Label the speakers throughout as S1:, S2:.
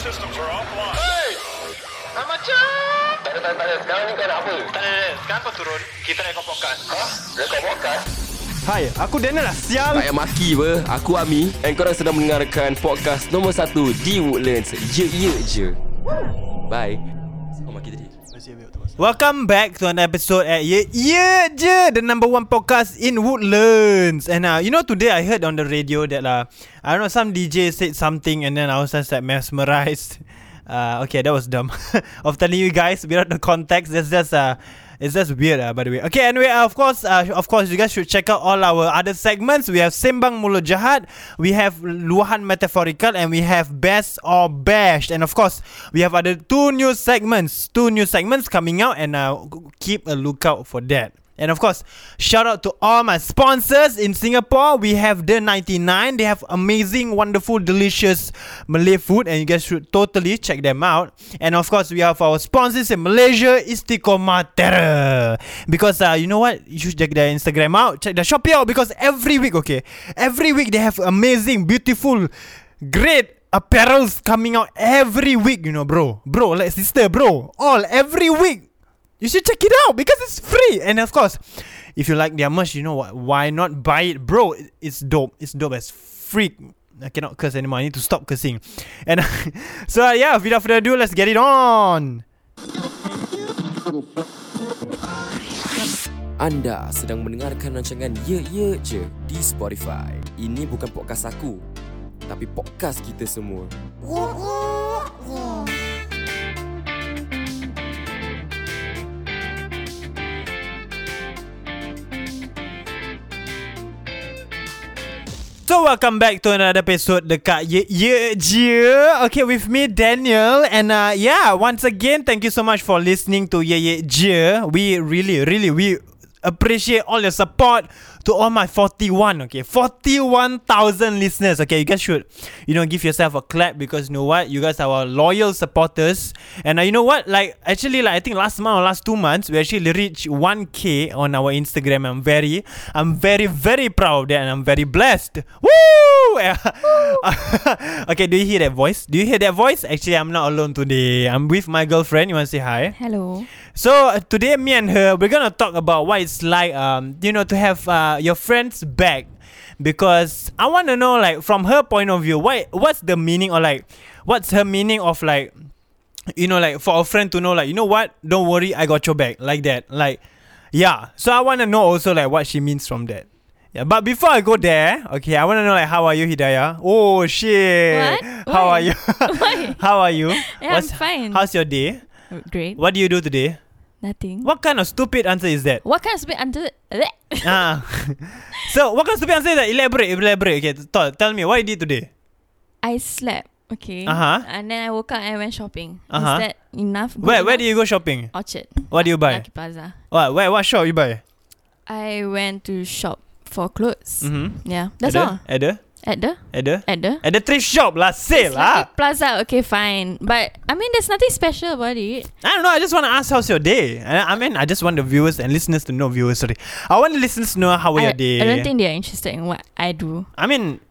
S1: systems are offline.
S2: Hey! Ah, macam.
S3: Tak ada, tak ada, tak ada. Sekarang ni kau nak apa?
S2: Tak ada, tak ada. Sekarang kau turun, kita naik kau podcast.
S3: Ha? Dia kau podcast?
S4: Hai, aku Daniel lah siang.
S5: Tak payah maki apa Aku Ami And korang sedang mendengarkan Podcast nombor 1 Di Woodlands Ye ye je Bye Oh maki tadi
S4: Welcome back to another episode at Ye Ye Je, the number one podcast in Woodlands. And uh, you know, today I heard on the radio that uh, I don't know, some DJ said something and then I was just like mesmerized. Uh, okay, that was dumb. of telling you guys without the context, that's just uh, it's just weird uh, by the way. Okay, anyway, uh, of course, uh, of course, you guys should check out all our other segments. We have Sembang Mulut Jahat, we have Luahan Metaphorical, and we have Best or Bashed. And of course, we have other two new segments, two new segments coming out, and uh, keep a lookout for that. And of course, shout out to all my sponsors in Singapore. We have the 99. They have amazing, wonderful, delicious Malay food, and you guys should totally check them out. And of course, we have our sponsors in Malaysia, Istiqomah Terror. Because uh, you know what? You should check their Instagram out, check their Shopee out. Because every week, okay, every week they have amazing, beautiful, great apparels coming out every week. You know, bro, bro, like sister, bro, all every week. You should check it out because it's free. And of course, if you like their merch, you know what? Why not buy it, bro? It- It's dope. It's dope as freak. I cannot curse anymore. I need to stop cursing. And so uh, yeah, without further ado, let's get it on.
S5: Anda sedang mendengarkan rancangan Ye ye je Di Spotify Ini bukan podcast aku Tapi podcast kita semua
S4: So welcome back to another episode dekat Ye Ye Je. Okay, with me Daniel and uh, yeah, once again thank you so much for listening to Ye Ye Je. We really really we appreciate all your support to all my 41 okay 41,000 listeners okay you guys should you know give yourself a clap because you know what you guys are our loyal supporters and uh, you know what like actually like I think last month or last two months we actually reached 1k on our Instagram I'm very I'm very very proud of that and I'm very blessed woo okay do you hear that voice do you hear that voice actually I'm not alone today I'm with my girlfriend you want to say hi
S6: Hello.
S4: So uh, today, me and her, we're gonna talk about what it's like, um, you know, to have uh, your friends back, because I want to know, like, from her point of view, what what's the meaning or like, what's her meaning of like, you know, like for a friend to know, like, you know what, don't worry, I got your back, like that, like, yeah. So I want to know also like what she means from that. Yeah, but before I go there, okay, I want to know like how are you, Hidayah? Oh
S6: What?
S4: shit! How
S6: Why?
S4: are you?
S6: Why?
S4: how are you?
S6: Yeah,
S4: What's-
S6: I'm fine. Oh,
S4: How's your day?
S6: Great.
S4: What do you do today?
S6: Nothing.
S4: What kind of stupid answer is that?
S6: What kind of speed under?
S4: Ah, so what kind of stupid answer is that? Elaborate, elaborate. Okay, tell, tell me what you did today.
S6: I slept. Okay.
S4: Uh-huh.
S6: And then I woke up and I went shopping. Is
S4: Uh-huh.
S6: that enough? Good
S4: Where where do
S6: enough?
S4: you go shopping?
S6: Orchard.
S4: What do you buy?
S6: Lucky Plaza.
S4: What where what shop you buy?
S6: I went to shop for clothes.
S4: Mm-hmm.
S6: Yeah. That's
S4: at
S6: all.
S4: The, at the
S6: At the
S4: at the
S6: at the.
S4: at the thrift shop lah,
S6: It's
S4: sale ah. lah.
S6: Lucky Plaza. Okay, fine. But I mean, there's nothing special about it.
S4: I don't know. I just want to ask how's your day. I, I mean, I just want the viewers and listeners to know. Viewers, sorry. I want the listeners to know how
S6: I,
S4: your day.
S6: I don't think they are interested in what I do.
S4: I mean,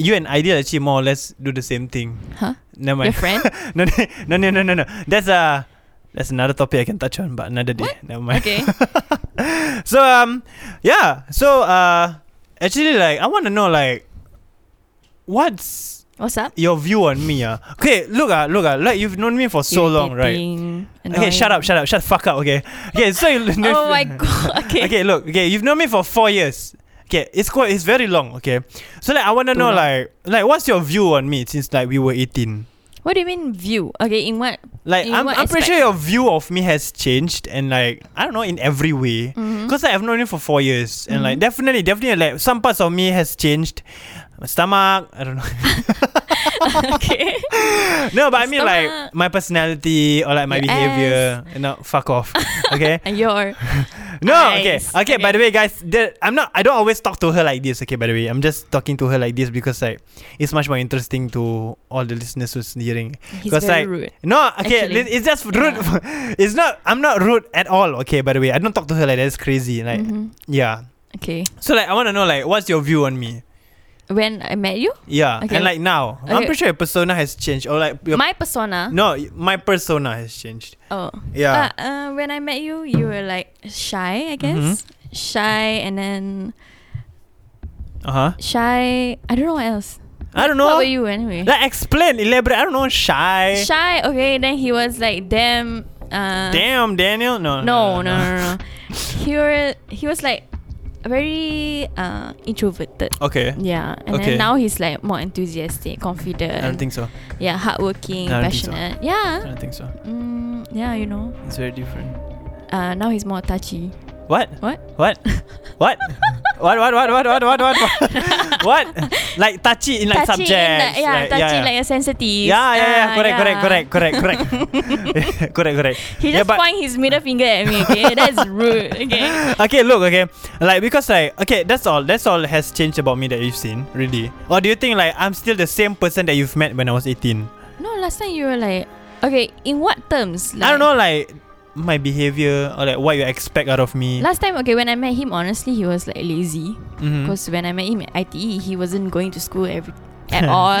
S4: you and Ideal actually more or less do the same thing.
S6: Huh?
S4: Never mind.
S6: Your friend?
S4: no, no, no, no, no, no. That's uh that's another topic I can touch on, but another day. Never mind.
S6: Okay.
S4: so um, yeah. So uh, actually, like, I want to know, like, what's
S6: What's up?
S4: your view on me? Uh? okay. Look, uh, look, uh, like you've known me for so long, right?
S6: Irritating,
S4: Okay, shut up,
S6: annoying.
S4: shut up, shut the fuck up. Okay, okay. So you
S6: Oh my god. Okay.
S4: okay, look, okay, you've known me for four years. Okay, it's quite, it's very long. Okay, so like, I want to
S6: Too
S4: know,
S6: long.
S4: like, like, what's your view on me since like we were eighteen?
S6: What do you mean view? Okay, in what?
S4: Like,
S6: In
S4: I'm,
S6: what
S4: I'm pretty sure
S6: aspect?
S4: your view of me has changed, and like, I don't know, in every way.
S6: Mm-hmm.
S4: Because Mm-hmm. like, I've known you for four years, and like, definitely, definitely, like, some parts of me has changed. My stomach, I don't know.
S6: okay.
S4: no, but I mean,
S6: Stomach.
S4: like, my personality or like my
S6: Your
S4: behavior. No, fuck off. Okay.
S6: And your
S4: No, okay.
S6: Eyes.
S4: okay. by
S6: Okay.
S4: the way, guys, there, I'm not. I don't always talk to her like this. Okay, by the way, I'm just talking to her like this because like it's much more interesting to all the listeners who's hearing.
S6: he's
S4: 'Cause,
S6: very
S4: like,
S6: rude.
S4: No, okay,
S6: Actually,
S4: li- it's just rude. it's not. I'm not rude at all. Okay, by the way, I don't talk to her like that. It's crazy. Like,
S6: Mhm.
S4: yeah.
S6: Okay.
S4: So like, I want to know like, what's your view on me?
S6: when I met you?
S4: Yeah,
S6: Okay.
S4: and like now, I'm
S6: Okay.
S4: pretty sure your persona has changed, or like your,
S6: My persona.
S4: no, my persona has changed.
S6: Oh.
S4: Yeah.
S6: Uh, uh, when I met you, you were like shy, I guess.
S4: Mm-hmm.
S6: Shy and then
S4: Uh huh.
S6: shy. I don't know what else.
S4: I don't know.
S6: What were you anyway?
S4: Like eh. explain, elaborate. I don't know. Shy.
S6: shy. Okay. Then he was like damn. Uh,
S4: Damn, Daniel. No.
S6: No, no, no, no. no. he were, he was like very uh introverted.
S4: Okay.
S6: Yeah, and
S4: Okay.
S6: then now he's like more enthusiastic, confident.
S4: I don't think so.
S6: Yeah, hardworking,
S4: I don't think so.
S6: passionate.
S4: I
S6: Yeah.
S4: don't think so.
S6: Mm, yeah, you know.
S4: It's very different.
S6: Uh, now he's more touchy.
S4: What?
S6: What?
S4: What? What? what? What? What? What? What? What? What? What? what? Like touchy in like
S6: touchy,
S4: subjects.
S6: in like, yeah, touchy
S4: yeah.
S6: like a sensitive.
S4: yeah, yeah, yeah.
S6: Ah,
S4: Correct,
S6: yeah.
S4: correct, correct, correct, correct, correct, correct.
S6: He
S4: Yeah,
S6: just
S4: but-
S6: point his middle finger at me. Okay, that's rude. Okay.
S4: okay, look, okay. Like because like okay, that's all. That's all has changed about me that you've seen, really. Or do you think like I'm still the same person that you've met when I was 18?
S6: No, last time you were like, okay, in what terms? Like,
S4: I don't know, like my behavior or like what you expect out of me.
S6: Last time, okay, when I met him, honestly, he was like lazy.
S4: Mhm.
S6: Because when I met him at ITE, he wasn't going to school every at all.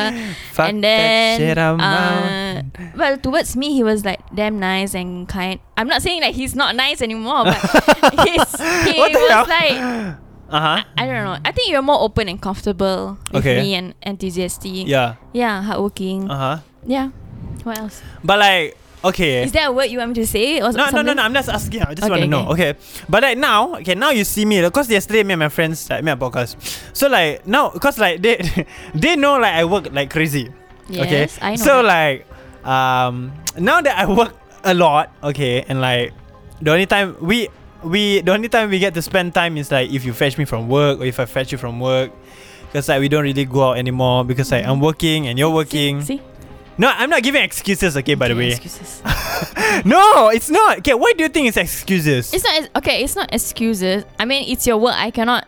S4: Fuck
S6: and
S4: that
S6: then,
S4: shit,
S6: uh,
S4: I'm out.
S6: well, towards me, he was like damn nice and kind. I'm not saying like he's not nice anymore, but he's, he
S4: What the
S6: was
S4: hell?
S6: like
S4: Uh huh.
S6: I don't know. I think you're more open and comfortable with
S4: Okay.
S6: me and enthusiastic.
S4: Yeah.
S6: yeah, hardworking.
S4: Uh huh.
S6: Yeah. What else?
S4: But like okay.
S6: Is there a word you want me to say or
S4: No, no,
S6: something?
S4: no, no. I'm just asking. I just
S6: Okay,
S4: want to know.
S6: okay.
S4: Okay. But like now, okay, now you see me because yesterday me and my friends like me a podcast. So like now, because like they they know like I work like crazy. okay.
S6: Yes, I know
S4: So
S6: that.
S4: like um now that I work a lot, okay, and like the only time we we the only time we get to spend time is like if you fetch me from work or if I fetch you from work. Because like we don't really go out anymore because like I'm working and you're working.
S6: Mm. See?
S4: No, I'm not giving excuses, okay, by the
S6: Okay,
S4: way.
S6: Excuses.
S4: No, it's not. Okay, why do you think it's excuses?
S6: It's not ex- okay. It's not excuses. I mean, it's your work. I cannot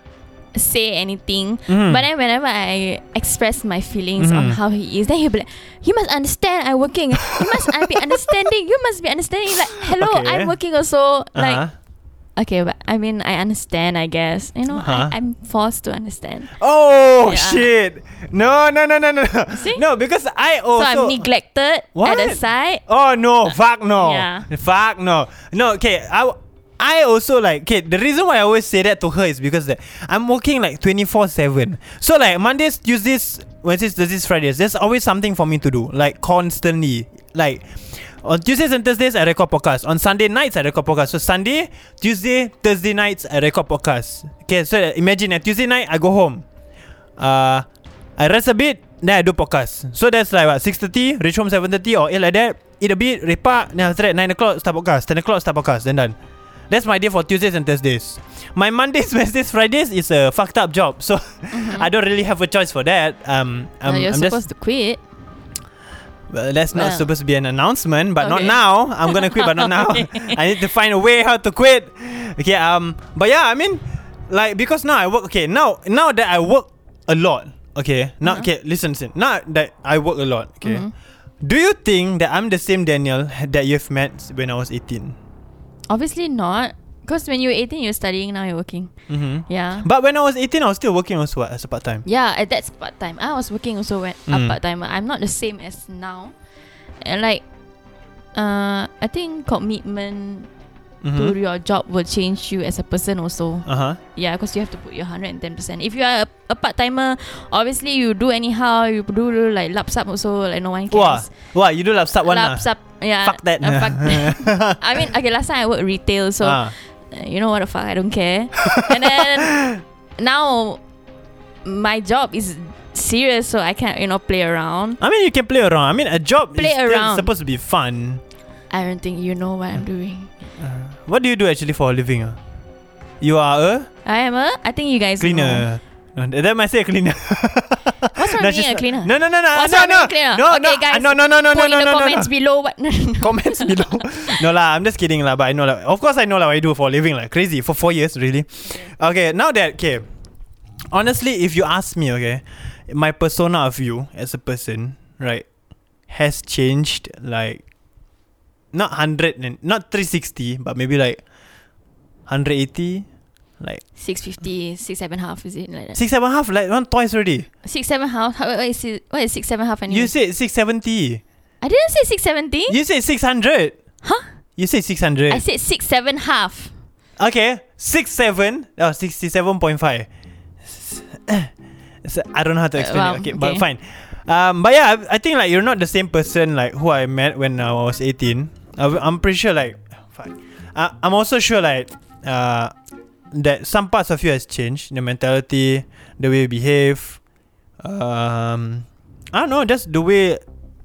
S6: say anything.
S4: Mhm.
S6: But then whenever I express my feelings on
S4: Mhm.
S6: how he is, then he'll be like, "You must understand. I'm working. You must I be understanding. You must be understanding." Like, hello,
S4: Okay.
S6: I'm working also.
S4: Uh-huh.
S6: Like, okay, but I mean, I understand. I guess you know,
S4: Uh-huh.
S6: I, I'm forced to understand.
S4: Oh
S6: Yeah.
S4: shit! No, no, no, no, no, no.
S6: See?
S4: No, because I
S6: so I'm
S4: also.
S6: neglected
S4: Oh, What?
S6: at the side.
S4: Oh no! Fuck no!
S6: Yeah.
S4: Fuck no! No, okay. I, w- I also like okay. The reason why I always say that to her is because that I'm working like twenty four seven. So like Mondays, Tuesdays, Wednesdays, Thursdays, Fridays. There's always something for me to do like constantly. Like on Tuesdays and Thursdays I record podcast. On Sunday nights I record podcast. So Sunday, Tuesday, Thursday nights I record podcast. Okay, so imagine a Tuesday night I go home. uh, I rest a bit Then I do podcast So that's like what 6.30 Reach home 7.30 Or 8 like that Eat a bit Repak Then after that 9 o'clock start podcast 10 o'clock start podcast Then done That's my day for Tuesdays and Thursdays My Mondays, Wednesdays, Fridays Is a fucked up job So I don't really have a choice for that Um,
S6: No,
S4: I'm,
S6: you're
S4: I'm
S6: supposed
S4: just
S6: to quit.
S4: well, Uh, That's not
S6: Well.
S4: supposed to be an announcement But
S6: Okay.
S4: not now I'm gonna quit but not now
S6: Okay.
S4: I need to find a way how to quit Okay um But yeah I mean Like because now I work Okay now Now that I work a lot Okay
S6: Uh-huh.
S4: Now okay listen listen Now that I work a lot Okay
S6: Mm-hmm.
S4: Do you think that I'm the same Daniel That you've met when I was 18
S6: Obviously not. Because when you were 18, you're studying. Now you're working.
S4: mm-hmm.
S6: Yeah.
S4: But when I was 18 I was still working also what, As a part time
S6: Yeah, uh, that's part time. I was working also when a
S4: Mm.
S6: part time. I'm not the same as now, and like, uh, I think commitment to
S4: mm-hmm.
S6: your job will change you as a person also.
S4: Uh-huh
S6: Yeah, because you have to put your hundred and ten percent. If you are a, a part timer, obviously you do anyhow. You do like laps up also like no one
S4: Wah
S6: cares.
S4: Wah you do lapsap one ah? lah
S6: Laps up. Yeah.
S4: Fuck that
S6: uh, fuck I mean, okay. Last time I worked retail, so
S4: Ah.
S6: uh, you know what the fuck, I don't care. and then now my job is serious, so I can't, you know, play around.
S4: I mean, you can play around. I mean, a job
S6: Play
S4: is still
S6: around.
S4: supposed to be fun.
S6: I don't think you know what I'm doing.
S4: What do you do actually for a living? ah? You are a
S6: I am a. I think you guys know.
S4: cleaner. No, that might say a cleaner.
S6: What's wrong
S4: No,
S6: with being
S4: she's
S6: a
S4: not-
S6: cleaner?
S4: No, no, no, no,
S6: What's
S4: no,
S6: wrong
S4: no,
S6: with being a cleaner?
S4: no,
S6: okay,
S4: no,
S6: guys,
S4: no, no, no, no,
S6: put
S4: no,
S6: in the
S4: no, no,
S6: comments
S4: no.
S6: below what. No, no, no.
S4: Comments below. no lah, I'm just kidding lah. But I know lah. Of course, I know lah. What I do for a living like crazy for four years really. Okay, now that okay. Honestly, if you ask me, okay, my persona of you as a person, right, has changed like not hundred and not three sixty, but maybe like hundred eighty. Like
S6: 650, 6, 7 half, is it? Like that.
S4: six seven half, like one twice already.
S6: 6, 7 half. How, what, is it, what is 6, 7 half anyway?
S4: You said six
S6: Eh?
S4: seventy.
S6: I didn't say 670.
S4: You said six hundred.
S6: Huh?
S4: You said six hundred.
S6: I said 6, 7 half.
S4: Okay, six seven. Oh, sixty-seven point five. I don't know how to explain
S6: wow,
S4: it. Okay,
S6: okay.
S4: but fine. Um, but yeah, I, I think like you're not the same person like who I met when I was eighteen. I, am pretty sure like, fuck. I, I'm also sure like, uh, that some parts of you has changed. The mentality, the way you behave. Um, I don't know, just the way,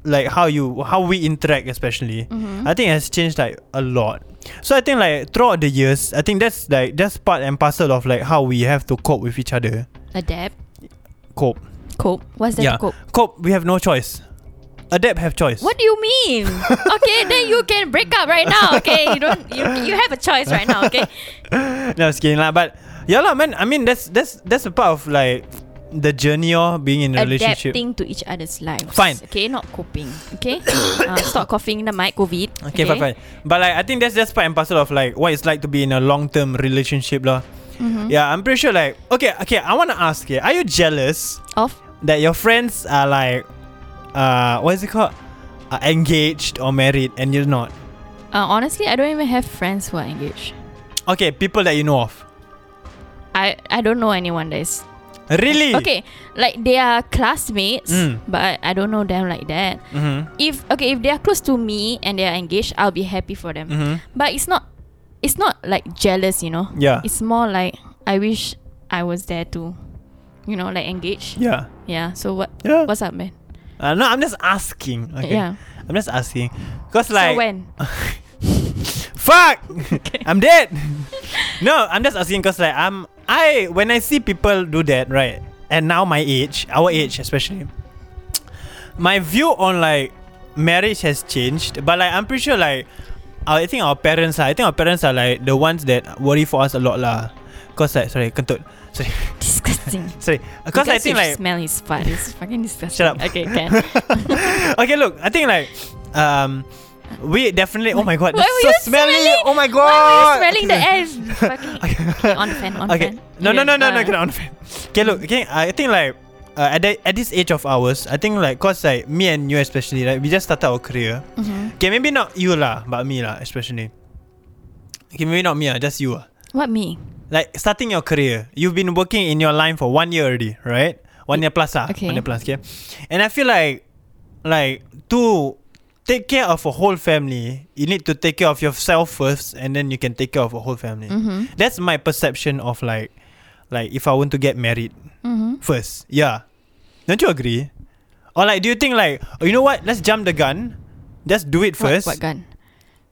S4: like how you how we interact, especially.
S6: Mm-hmm.
S4: I think it has changed like a lot. So I think like throughout the years, I think that's like that's part and parcel of like how we have to cope with each other.
S6: Adapt.
S4: Cope.
S6: Cope. What's that
S4: yeah.
S6: to cope?
S4: Cope. We have no choice. Adapt have choice.
S6: What do you mean? okay, then you can break up right now. Okay, you don't. You, you have a choice right now. Okay.
S4: No, just kidding lah. But yeah lah, man. I mean that's that's that's a part of like the journey of being in a relationship.
S6: Adapting to each other's lives.
S4: Fine.
S6: Okay, not coping. Okay. uh, stop coughing the mic. COVID.
S4: Okay, fine, fine. But like, I think that's just part and parcel of like what it's like to be in a long term relationship, lah.
S6: Mm-hmm.
S4: Yeah, I'm pretty sure. Like, okay, okay. I wanna ask you: Are you jealous
S6: Off.
S4: that your friends are like, uh, what is it called, uh, engaged or married, and you're not?
S6: Uh, honestly, I don't even have friends who are engaged.
S4: Okay, people that you know of.
S6: I I don't know anyone that is
S4: Really?
S6: okay. Like they are classmates,
S4: Mm.
S6: but I don't know them like that.
S4: Mm-hmm.
S6: If okay, if they are close to me and they are engaged, I'll be happy for them.
S4: Mm-hmm.
S6: But it's not it's not like jealous, you know.
S4: Yeah.
S6: It's more like I wish I was there to, you know, like engage.
S4: Yeah.
S6: Yeah. So what
S4: Yeah.
S6: what's up, man?
S4: Uh, no, I'm just asking. Okay.
S6: Yeah.
S4: I'm just asking, cause like.
S6: so when?
S4: Fuck! I'm dead. no, I'm just asking because like I'm I when I see people do that right, and now my age, our age especially, my view on like marriage has changed. But like I'm pretty sure like I think our parents lah. I think our parents are like the ones that worry for us a lot lah. Cause like sorry kentut sorry
S6: Disgusting.
S4: sorry. Cause I
S6: Because
S4: think
S6: you
S4: like
S6: smell his fart. It's fucking disgusting.
S4: Shut up.
S6: Okay, can.
S4: okay look I think like um we definitely oh my god
S6: Why
S4: that's
S6: were
S4: so
S6: you
S4: smelly
S6: smelling-
S4: oh my god
S6: Why were you smelling the air? Fucking
S4: okay.
S6: on the fan, on the
S4: okay.
S6: fan. Uh-huh.
S4: No, no, no, no,
S6: Yeah.
S4: no, cannot on the fan. Okay, look, okay, I think like uh, at, the, at this age of ours, I think like cause like me and you especially, like we just started our career.
S6: Mm-hmm.
S4: Okay, maybe not you lah, but me lah especially. Okay, maybe not me lah, just you lah.
S6: what me?
S4: Like starting your career, you've been working in your line for one year already, right? One year plus ah,
S6: Okay.
S4: one year plus. Okay, and I feel like like to take care of a whole family, you need to take care of yourself first, and then you can take care of a whole family.
S6: Mm-hmm.
S4: That's my perception of like like if I want to get married
S6: Mm-hmm.
S4: first. Yeah, don't you agree? Or like, do you think like oh, you know what? Let's jump the gun. Just do it
S6: What,
S4: first.
S6: what gun?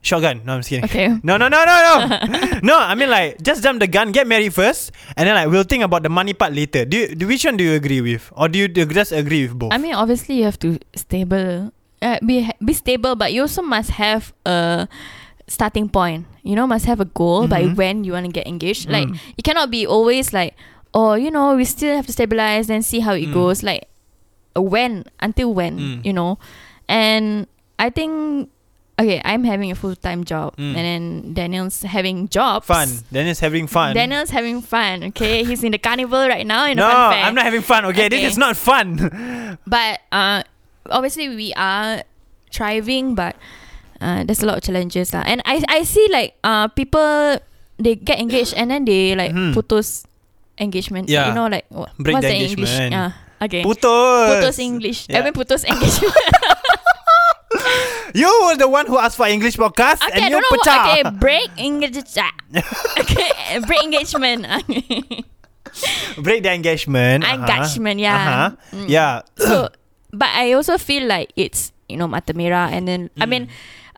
S4: Shotgun. No, I'm just kidding.
S6: Okay.
S4: No, no, no, no, no. no, I mean like just jump the gun, get married first, and then like we'll think about the money part later. Do you, do which one do you agree with, or do you do you just agree with both?
S6: I mean, obviously you have to stable, uh, be ha- be stable, but you also must have a starting point. You know, must have a goal by
S4: Mm-hmm.
S6: when you want to get engaged.
S4: Mm.
S6: Like you cannot be always like, oh, you know, we still have to stabilize and see how it goes. Like uh, when until when
S4: Mm.
S6: you know, and I think. Okay, I'm having a full time job,
S4: Mm.
S6: and then Daniel's having jobs.
S4: fun. Daniel's having fun.
S6: Daniel's having fun. Okay, he's in the carnival right now. In
S4: no,
S6: a fun fair.
S4: I'm not having fun. Okay,
S6: Okay.
S4: this is not fun.
S6: But uh, obviously we are thriving, but uh, there's a lot of challenges lah. And I I see like uh people they get engaged and then they like
S4: Mhm.
S6: putus engagement.
S4: Yeah.
S6: You know like what,
S4: Break
S6: what's
S4: the
S6: the English?
S4: engagement.
S6: Yeah. Okay.
S4: Putus.
S6: Putus English. I
S4: Yeah.
S6: mean putus engagement.
S4: You were the one who asked for English podcast,
S6: okay, I
S4: and you
S6: don't know.
S4: pecah.
S6: What, okay, break engagement. okay, break engagement.
S4: Break the engagement. uh-huh.
S6: Engagement, yeah. Mm.
S4: Uh-huh. Yeah.
S6: so but I also feel like it's you know Matamira and then I mean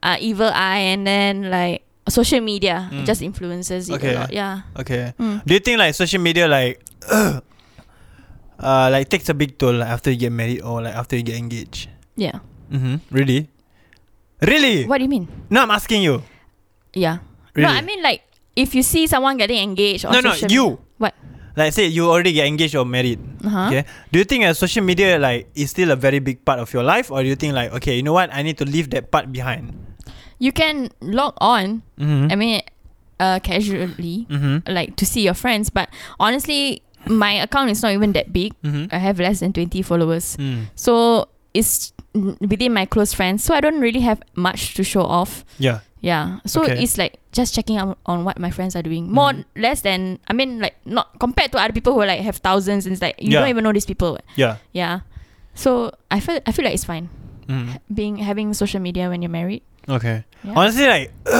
S6: uh, Evil Eye and then like social media it just influences it
S4: Okay.
S6: a lot. Yeah.
S4: Okay.
S6: Mm.
S4: Do you think like social media like uh like takes a big toll like, after you get married or like after you get engaged?
S6: Yeah.
S4: Mm-hmm. Really? Really?
S6: What do you mean?
S4: No, I'm asking you.
S6: Yeah. No,
S4: Really?
S6: I mean like if you see someone getting engaged on
S4: No, no,
S6: social
S4: you.
S6: What?
S4: Like say you already get engaged or married.
S6: Uh-huh.
S4: Okay. Do you think uh, social media like is still a very big part of your life or do you think like okay, you know what? I need to leave that part behind.
S6: You can log on. I
S4: Mm-hmm.
S6: mean uh, casually,
S4: Mhm.
S6: like to see your friends. But honestly, my account is not even that big.
S4: Mhm.
S6: I have less than 20 followers.
S4: Mm.
S6: So it's n- within my close friends. So I don't really have much to show off.
S4: Yeah.
S6: Yeah. So
S4: Okay. Mm-hmm.
S6: it's like just checking out on what my friends are doing. More less than I mean like not compared to other people who like have thousands and it's like you
S4: Yeah.
S6: don't even know these people.
S4: Yeah.
S6: Yeah. So I feel I feel like it's fine.
S4: Mm.
S6: Being having social media when you're married.
S4: Okay.
S6: Yeah.
S4: Honestly, like,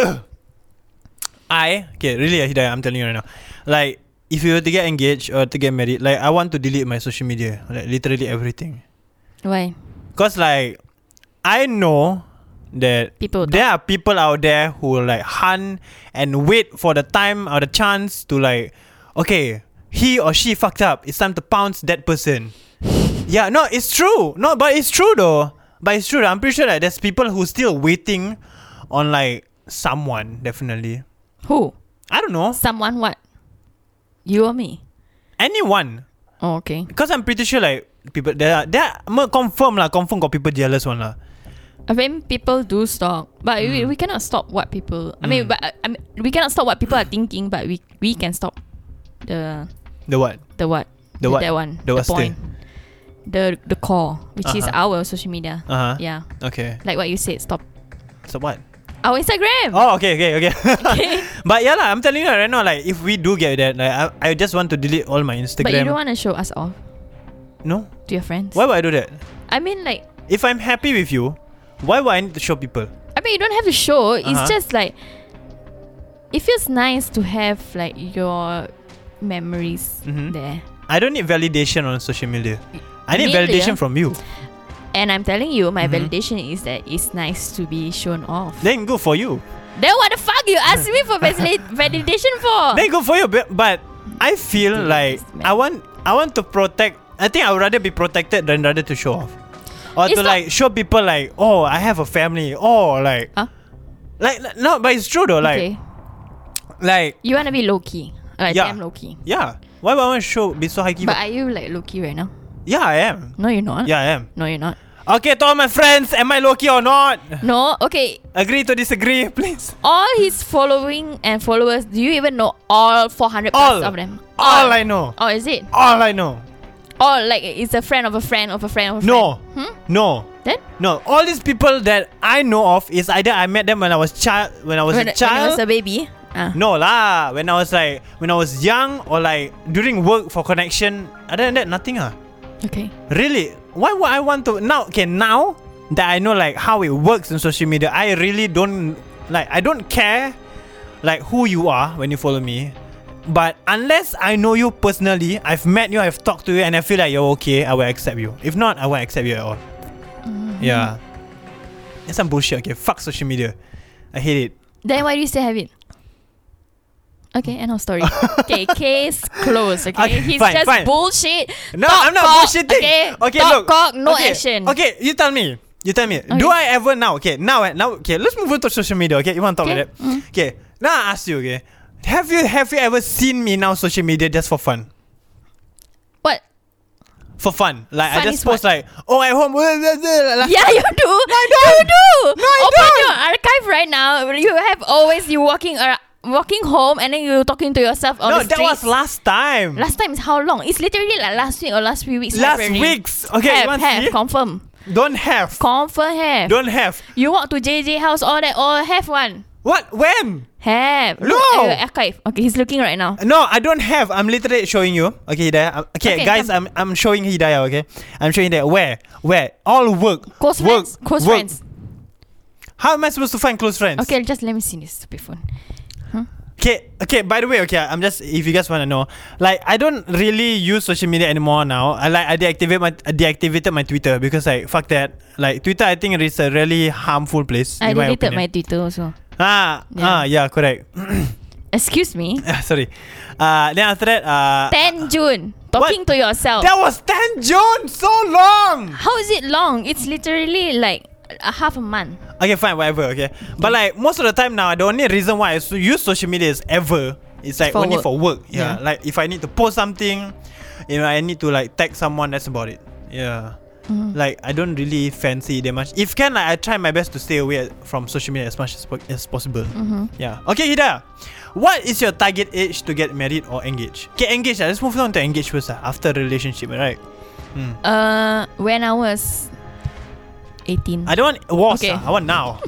S4: I okay, really, Hidayah, I'm telling you right now, like, if you were to get engaged or to get married, like, I want to delete my social media, like, literally everything,
S6: Why?
S4: cause like, I know that
S6: People
S4: there are people out there who will like hunt and wait for the time or the chance to like, okay, he or she fucked up. It's time to pounce that person. Yeah, no, it's true. No, but it's true though. But it's true. I'm pretty sure that there's people who still waiting on like someone. Definitely,
S6: Who?
S4: I don't know
S6: Someone what? You or me?
S4: anyone
S6: Oh, okay.
S4: because I'm pretty sure like people there are there are, more confirm lah confirm got people jealous one lah.
S6: I mean, people do stalk, but we,
S4: Mm.
S6: we cannot stop what people. I mean, but I, I mean, we cannot stop what people are thinking, but we we can stop the
S4: The what?
S6: the what
S4: The what?
S6: that one
S4: The
S6: the,
S4: what
S6: point the the core which is
S4: Uh-huh.
S6: our social media.
S4: Uh huh.
S6: Yeah,
S4: Okay.
S6: like what you said. Stop
S4: So what?
S6: our Instagram.
S4: Oh, okay, okay, okay. but yeah, lah, I'm telling you right now, like, if we do get that, like, I, I just want to delete all my Instagram.
S6: But you don't want to show us off
S4: no?
S6: to your friends.
S4: Why would I do that?
S6: I mean, like
S4: If I'm happy with you, why would I need to show people?
S6: I mean, you don't have to show. It's
S4: Uh-huh.
S6: just like it feels nice to have like your memories
S4: Mhm.
S6: there.
S4: I don't need validation on social media. I need
S6: Neither.
S4: validation from you.
S6: And I'm telling you, my
S4: Mhm.
S6: validation is that it's nice to be shown off.
S4: Then good for you.
S6: Then what the fuck you ask me for valid- validation for?
S4: Then good for you. But, but I feel
S6: Dude,
S4: like
S6: this man.
S4: I want I want to protect. I think I would rather be protected than rather to show off, or
S6: It's
S4: to
S6: not-
S4: like show people like, oh, I have a family. Oh, like,
S6: Huh?
S4: like no, but it's true though. Like,
S6: okay,
S4: like
S6: you wanna be low key, like
S4: Yeah.
S6: damn low key.
S4: yeah. Why would I want to show be so high key?
S6: But are you like low key right now?
S4: Yeah, I am.
S6: No, you're not.
S4: Yeah, I am.
S6: No, you're not.
S4: Okay, to all my friends, am I Loki or not?
S6: No. Okay.
S4: Agree to disagree, please.
S6: All his following and followers. Do you even know all 400 plus
S4: All.
S6: of them?
S4: All I know.
S6: Oh, is it?
S4: All I know.
S6: All like it's a friend of a friend of a friend of a
S4: No.
S6: friend. Hmm?
S4: No.
S6: Then
S4: No. All these people that I know of is either I met them when I was child when I was
S6: when, when I
S4: a child.
S6: was a baby. Ah.
S4: no lah. When I was like when I was young or like during work for connection. Other than that, nothing ah.
S6: Okay.
S4: Really? Why would I want to now? Okay, now that I know like how it works in social media, I really don't like. I don't care like who you are when you follow me. But unless I know you personally, I've met you, I've talked to you, and I feel like you're okay, I will accept you. If not, I won't accept you at all. Yeah. That's some bullshit. Okay, fuck social media. I hate it.
S6: Then why do you still have it? Okay, end of story. okay, case closed. Okay,
S4: Okay,
S6: he's
S4: fine,
S6: just
S4: fine.
S6: bullshit.
S4: No,
S6: Talk
S4: I'm not
S6: cock,
S4: bullshitting.
S6: Okay,
S4: okay
S6: Talk
S4: look.
S6: cock, no
S4: okay,
S6: action.
S4: Okay, you tell me. You tell me. Do
S6: Okay.
S4: I ever now? Okay, now, eh, now. Okay, let's move on to social media. Okay, you want to talk
S6: Okay. Mm.
S4: about that? Okay, now I ask you. Okay, have you have you ever seen me now social media just for fun?
S6: What?
S4: For fun, like I
S6: Fun
S4: just
S6: is
S4: post
S6: what?
S4: like, oh, at home. like-
S6: Yeah, you do. I
S4: don't.
S6: You do.
S4: No, I
S6: Open
S4: don't.
S6: your archive right now. You have always you walking ar- walking home and then you talking to yourself on
S4: No,
S6: the
S4: that was
S6: streets.
S4: last time.
S6: Last time is how long? It's literally like last week or last few weeks.
S4: Last
S6: February.
S4: weeks.
S6: have,
S4: Okay, you want
S6: have
S4: see?
S6: confirm,
S4: Don't have.
S6: confirm have.
S4: Don't have.
S6: You walk to JJ house, all that, all have one.
S4: What? When?
S6: Have.
S4: No.
S6: Look at your archive. Okay, he's looking right now.
S4: No, I don't have. I'm literally showing you. Okay, Hidayah. I'm- Okay,
S6: Okay,
S4: guys, I'm,
S6: come.
S4: I'm showing Hidayah, okay? I'm showing that where? Where? All work.
S6: Close
S4: work,
S6: friends. Close
S4: work.
S6: friends.
S4: How am I supposed to find close friends?
S6: Okay, just let me see this stupid phone.
S4: Okay, okay, by the way, okay, I'm just if you guys wanna know, like I don't really use social media anymore now. I like I deactivate my I deactivated my Twitter because like fuck that. Like Twitter I think it's a really harmful place.
S6: I
S4: in my
S6: deleted my
S4: opinion.
S6: Twitter also.
S4: Ah,
S6: Yeah.
S4: ah, yeah, correct.
S6: Excuse me.
S4: Sorry. Uh then after that uh
S6: 10 June. Talking to yourself.
S4: That was 10 June! So long!
S6: How is it long? It's literally like a half a month.
S4: Okay, fine, whatever, okay. But like most of the time now, the only reason why I so- use social media is ever it's like
S6: For
S4: only
S6: work.
S4: for work. Yeah.
S6: Yeah.
S4: Like if I need to post something, you know, I need to like tag someone, that's about it. Yeah.
S6: Mm-hmm.
S4: Like I don't really fancy that much. If can, like I try my best to stay away from social media as much as, po- as possible.
S6: Mm-hmm.
S4: Yeah. Okay, Hida. What is your target age to get married or engaged? Get engaged. ah. Let's move on to engaged first. ah, After relationship, right?
S6: Uh, when I was 18.
S4: I don't want was.
S6: Okay.
S4: ah, I want now.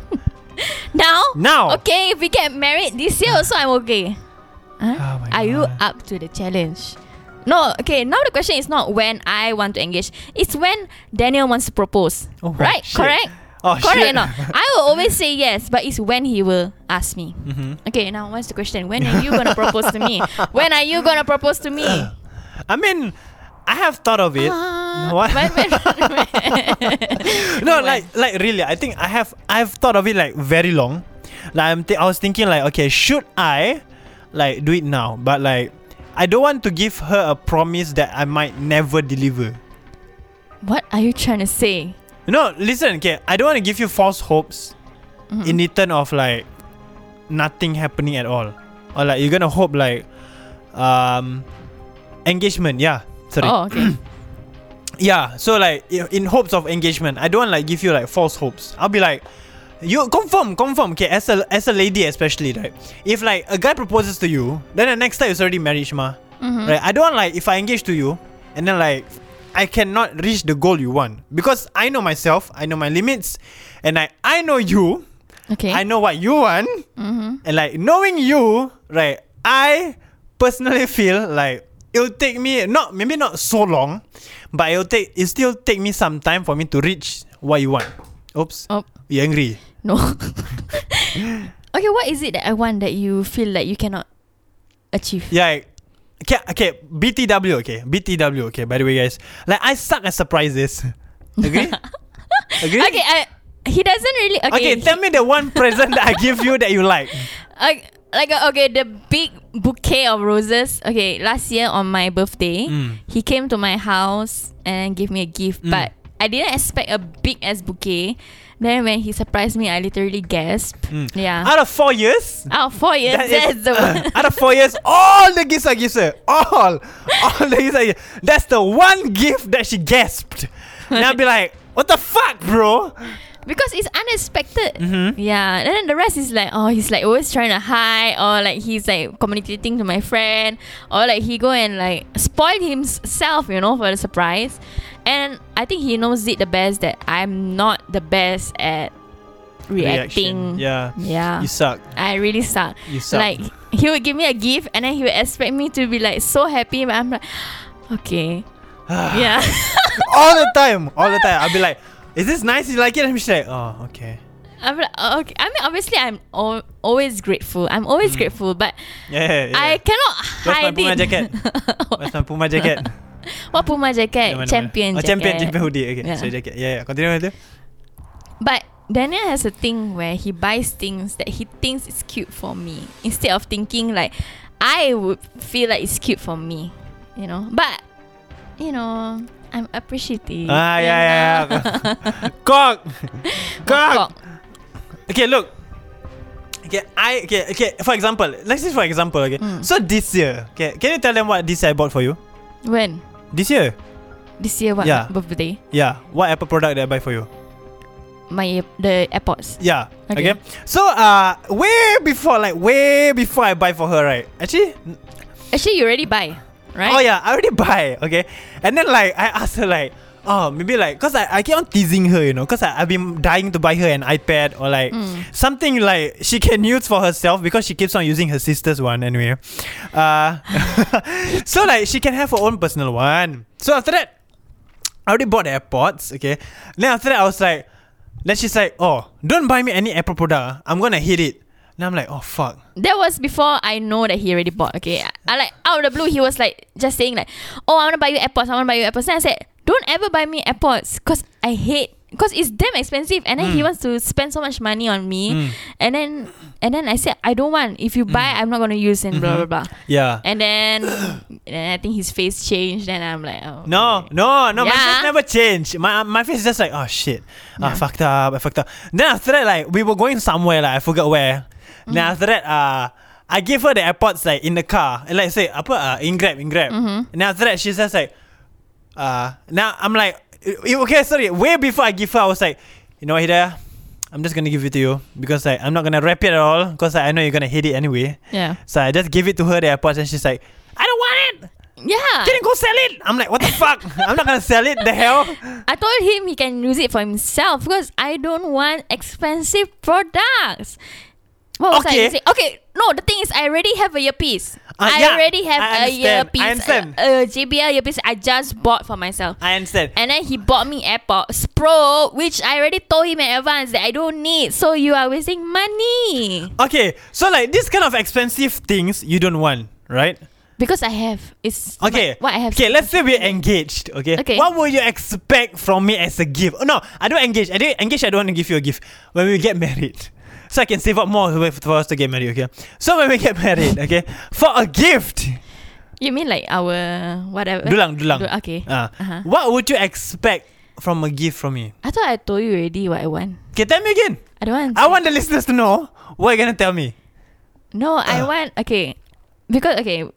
S6: now?
S4: Now.
S6: Okay, if we get married this year also, I'm okay. Huh?
S4: Oh my
S6: Are you
S4: God.
S6: up to the challenge? No, okay, now the question is not when I want to engage. It's when Daniel wants to propose.
S4: Oh,
S6: right?
S4: shit.
S6: Correct?
S4: Oh,
S6: Correct
S4: shit.
S6: or not? I will always say yes, but it's when he will ask me.
S4: Mhm.
S6: Okay, now what's the question? When are you gonna propose to me? When are you gonna propose to me?
S4: I mean, I have thought of it.
S6: Ah,
S4: What?
S6: when- when-
S4: no,
S6: when?
S4: like like really, I think I have I've thought of it like very long. Like I'm thi- I was thinking like okay, should I like do it now? But like I don't want to give her a promise that I might never deliver.
S6: What are you trying to say?
S4: No, listen, okay, I don't want to give you false hopes
S6: Mm-hmm.
S4: in return of like nothing happening at all. Or like you're gonna hope like um engagement, yeah. Sorry.
S6: Oh, okay.
S4: Yeah, so like i- in hopes of engagement, I don't like give you like false hopes. I'll be like, you confirm, confirm. Okay, as a as a lady especially, right? If like a guy proposes to you, then the next step is already marriage, ma. Right? I don't want like if I engage to you, and then like I cannot reach the goal you want because I know myself, I know my limits, and I I know you,
S6: Okay. Mm-hmm.
S4: I know what you want, and like knowing you, right? I personally feel like it'll take me not maybe not so long, but it'll take it still take me some time for me to reach what you want. Oops,
S6: Oh.
S4: you angry?
S6: No. okay, what is it that I want that you feel like you cannot achieve?
S4: Yeah. Like, okay, okay, BTW, okay, BTW, okay. By the way, guys, like I suck at surprises. Agree? Agree?
S6: Okay, I, he doesn't really. Okay, Uh-huh.
S4: Okay, tell me the one present that I give you that you like.
S6: I- like uh, okay, the big bouquet of roses. Okay, last year on my birthday,
S4: Mm.
S6: he came to my house and gave me a gift, but I didn't expect a big ass bouquet. Then when he surprised me, I literally gasped. Yeah.
S4: Out of four years,
S6: Out of four years,
S4: Mm. That
S6: that's
S4: is- uh,
S6: the one.
S4: out of four years, all the gifts I give her, all, all the gifts I give. That's the one gift that she gasped. And I'll be like, what the fuck, bro?
S6: because it's unexpected.
S4: Mm-hmm.
S6: Yeah, and then the rest is like, oh, he's like always trying to hide, or like he's like communicating to my friend, or like he go and like spoil himself, you know, for the surprise. And I think he knows it the best that I'm not the best at reacting.
S4: Reaction. Yeah.
S6: yeah.
S4: You suck.
S6: I really suck.
S4: You suck.
S6: Like he would give me a gift, and then he would expect me to be like so happy, but I'm like, okay, yeah.
S4: all the time, all the time. I'll be like, is this nice? You like it? And she's like, oh, okay.
S6: I'm like, oh, okay. I mean, obviously, I'm al- always grateful. I'm always grateful, but
S4: Yeah, yeah, Hmm. yeah.
S6: I cannot
S4: Where's my
S6: hide
S4: Puma
S6: it.
S4: jacket? Where's my Puma jacket?
S6: what Puma jacket?
S4: Yang mana,
S6: champion
S4: mana?
S6: jacket.
S4: Oh, champion, champion hoodie. Okay,
S6: Yeah.
S4: so jacket. Yeah, yeah. Continue with it.
S6: But Daniel has a thing where he buys things that he thinks is cute for me instead of thinking like I would feel like it's cute for me, you know. But you know, I'm appreciative.
S4: Ah, yeah, yeah, yeah. Cock. Cock.
S6: Cock.
S4: Okay, look. Okay, I okay okay. For example, let's say for example. Okay, so this year, okay, can you tell them what this year I bought for you?
S6: When
S4: This year,
S6: this year, what
S4: Yeah.
S6: birthday?
S4: yeah. What Apple product did I buy for you?
S6: My the AirPods.
S4: Yeah. Okay.
S6: Okay.
S4: So uh, way before like way before I buy for her, right? Actually, n-
S6: Actually, you already buy, right?
S4: oh yeah, I already buy. Okay, and then like I asked her like. Oh, maybe like, cause I, I keep on teasing her, you know, cause I, I've been dying to buy her an iPad or like something like she can use for herself because she keeps on using her sister's one anyway. Uh, so like she can have her own personal one. So after that, I already bought the AirPods, okay. Then after that, I was like, then she's like, oh, don't buy me any Apple product. ah. I'm gonna hate it. Then I'm like, oh fuck.
S6: That was before I know that he already bought. Okay, I, I like out of the blue he was like just saying like, "Oh, I want to buy you AirPods. I want to buy you AirPods." Then I said, "Don't ever buy me AirPods, cause I hate, cause it's damn expensive." And then
S4: Mm.
S6: he wants to spend so much money on me, and then and then I said, "I don't want. If you
S4: Mm.
S6: buy, I'm not gonna use." And
S4: Mm-hmm.
S6: blah blah blah.
S4: Yeah.
S6: And then and I think his face changed, and I'm like, "Oh
S4: No, no, no.
S6: Yeah.
S4: My face never changed. My my face is just like, oh shit, I fucked up, I fucked up. Then after that, like we were going somewhere, like I forgot where. Then after that, uh, I gave her the AirPods like in the car, and like say, apa, uh, in grab, in grab. And then after that, she's just like, uh, now I'm like, eh, okay, sorry. Way before I give her, I was like, you know what, Hidaya? I'm just gonna give it to you because like I'm not gonna wrap it at all because like, I know you're gonna hate it anyway.
S6: Yeah.
S4: So I just gave it to her the AirPods and she's like, I don't want it.
S6: Yeah.
S4: Didn't go sell it. I'm like, what the fuck? I'm not gonna sell it. The hell?
S6: I told him he can use it for himself because I don't want expensive products. What was I
S4: Okay.
S6: saying? Okay, no, the thing is, I already have a earpiece.
S4: Ah,
S6: I
S4: yeah,
S6: already have
S4: I
S6: a
S4: understand, I
S6: earpiece,
S4: understand.
S6: A, a JBL earpiece I just bought for myself.
S4: I understand.
S6: and then he bought me AirPods Pro, which I already told him in advance that I don't need. So you are wasting money
S4: Okay, so like this kind of expensive things you don't want, right?
S6: because I have. It's
S4: Okay.
S6: What, what I have.
S4: Okay, let's say we're engaged. Okay.
S6: Okay.
S4: What will you expect from me as a gift? Oh, no, I don't engage. I don't engage. I don't want to give you a gift when we get married. So I can save up more for- for us to get married. Okay. So when we get married, okay, for a gift,
S6: You mean like our whatever?
S4: dulang, dulang.
S6: Du- Okay.
S4: Ah,
S6: Uh-huh.
S4: What would you expect from a gift from me?
S6: I thought I told you already what I want.
S4: Okay, tell me again.
S6: I don't want.
S4: I want the listeners to know what you're gonna tell me.
S6: No,
S4: Uh.
S6: I want okay. Because okay,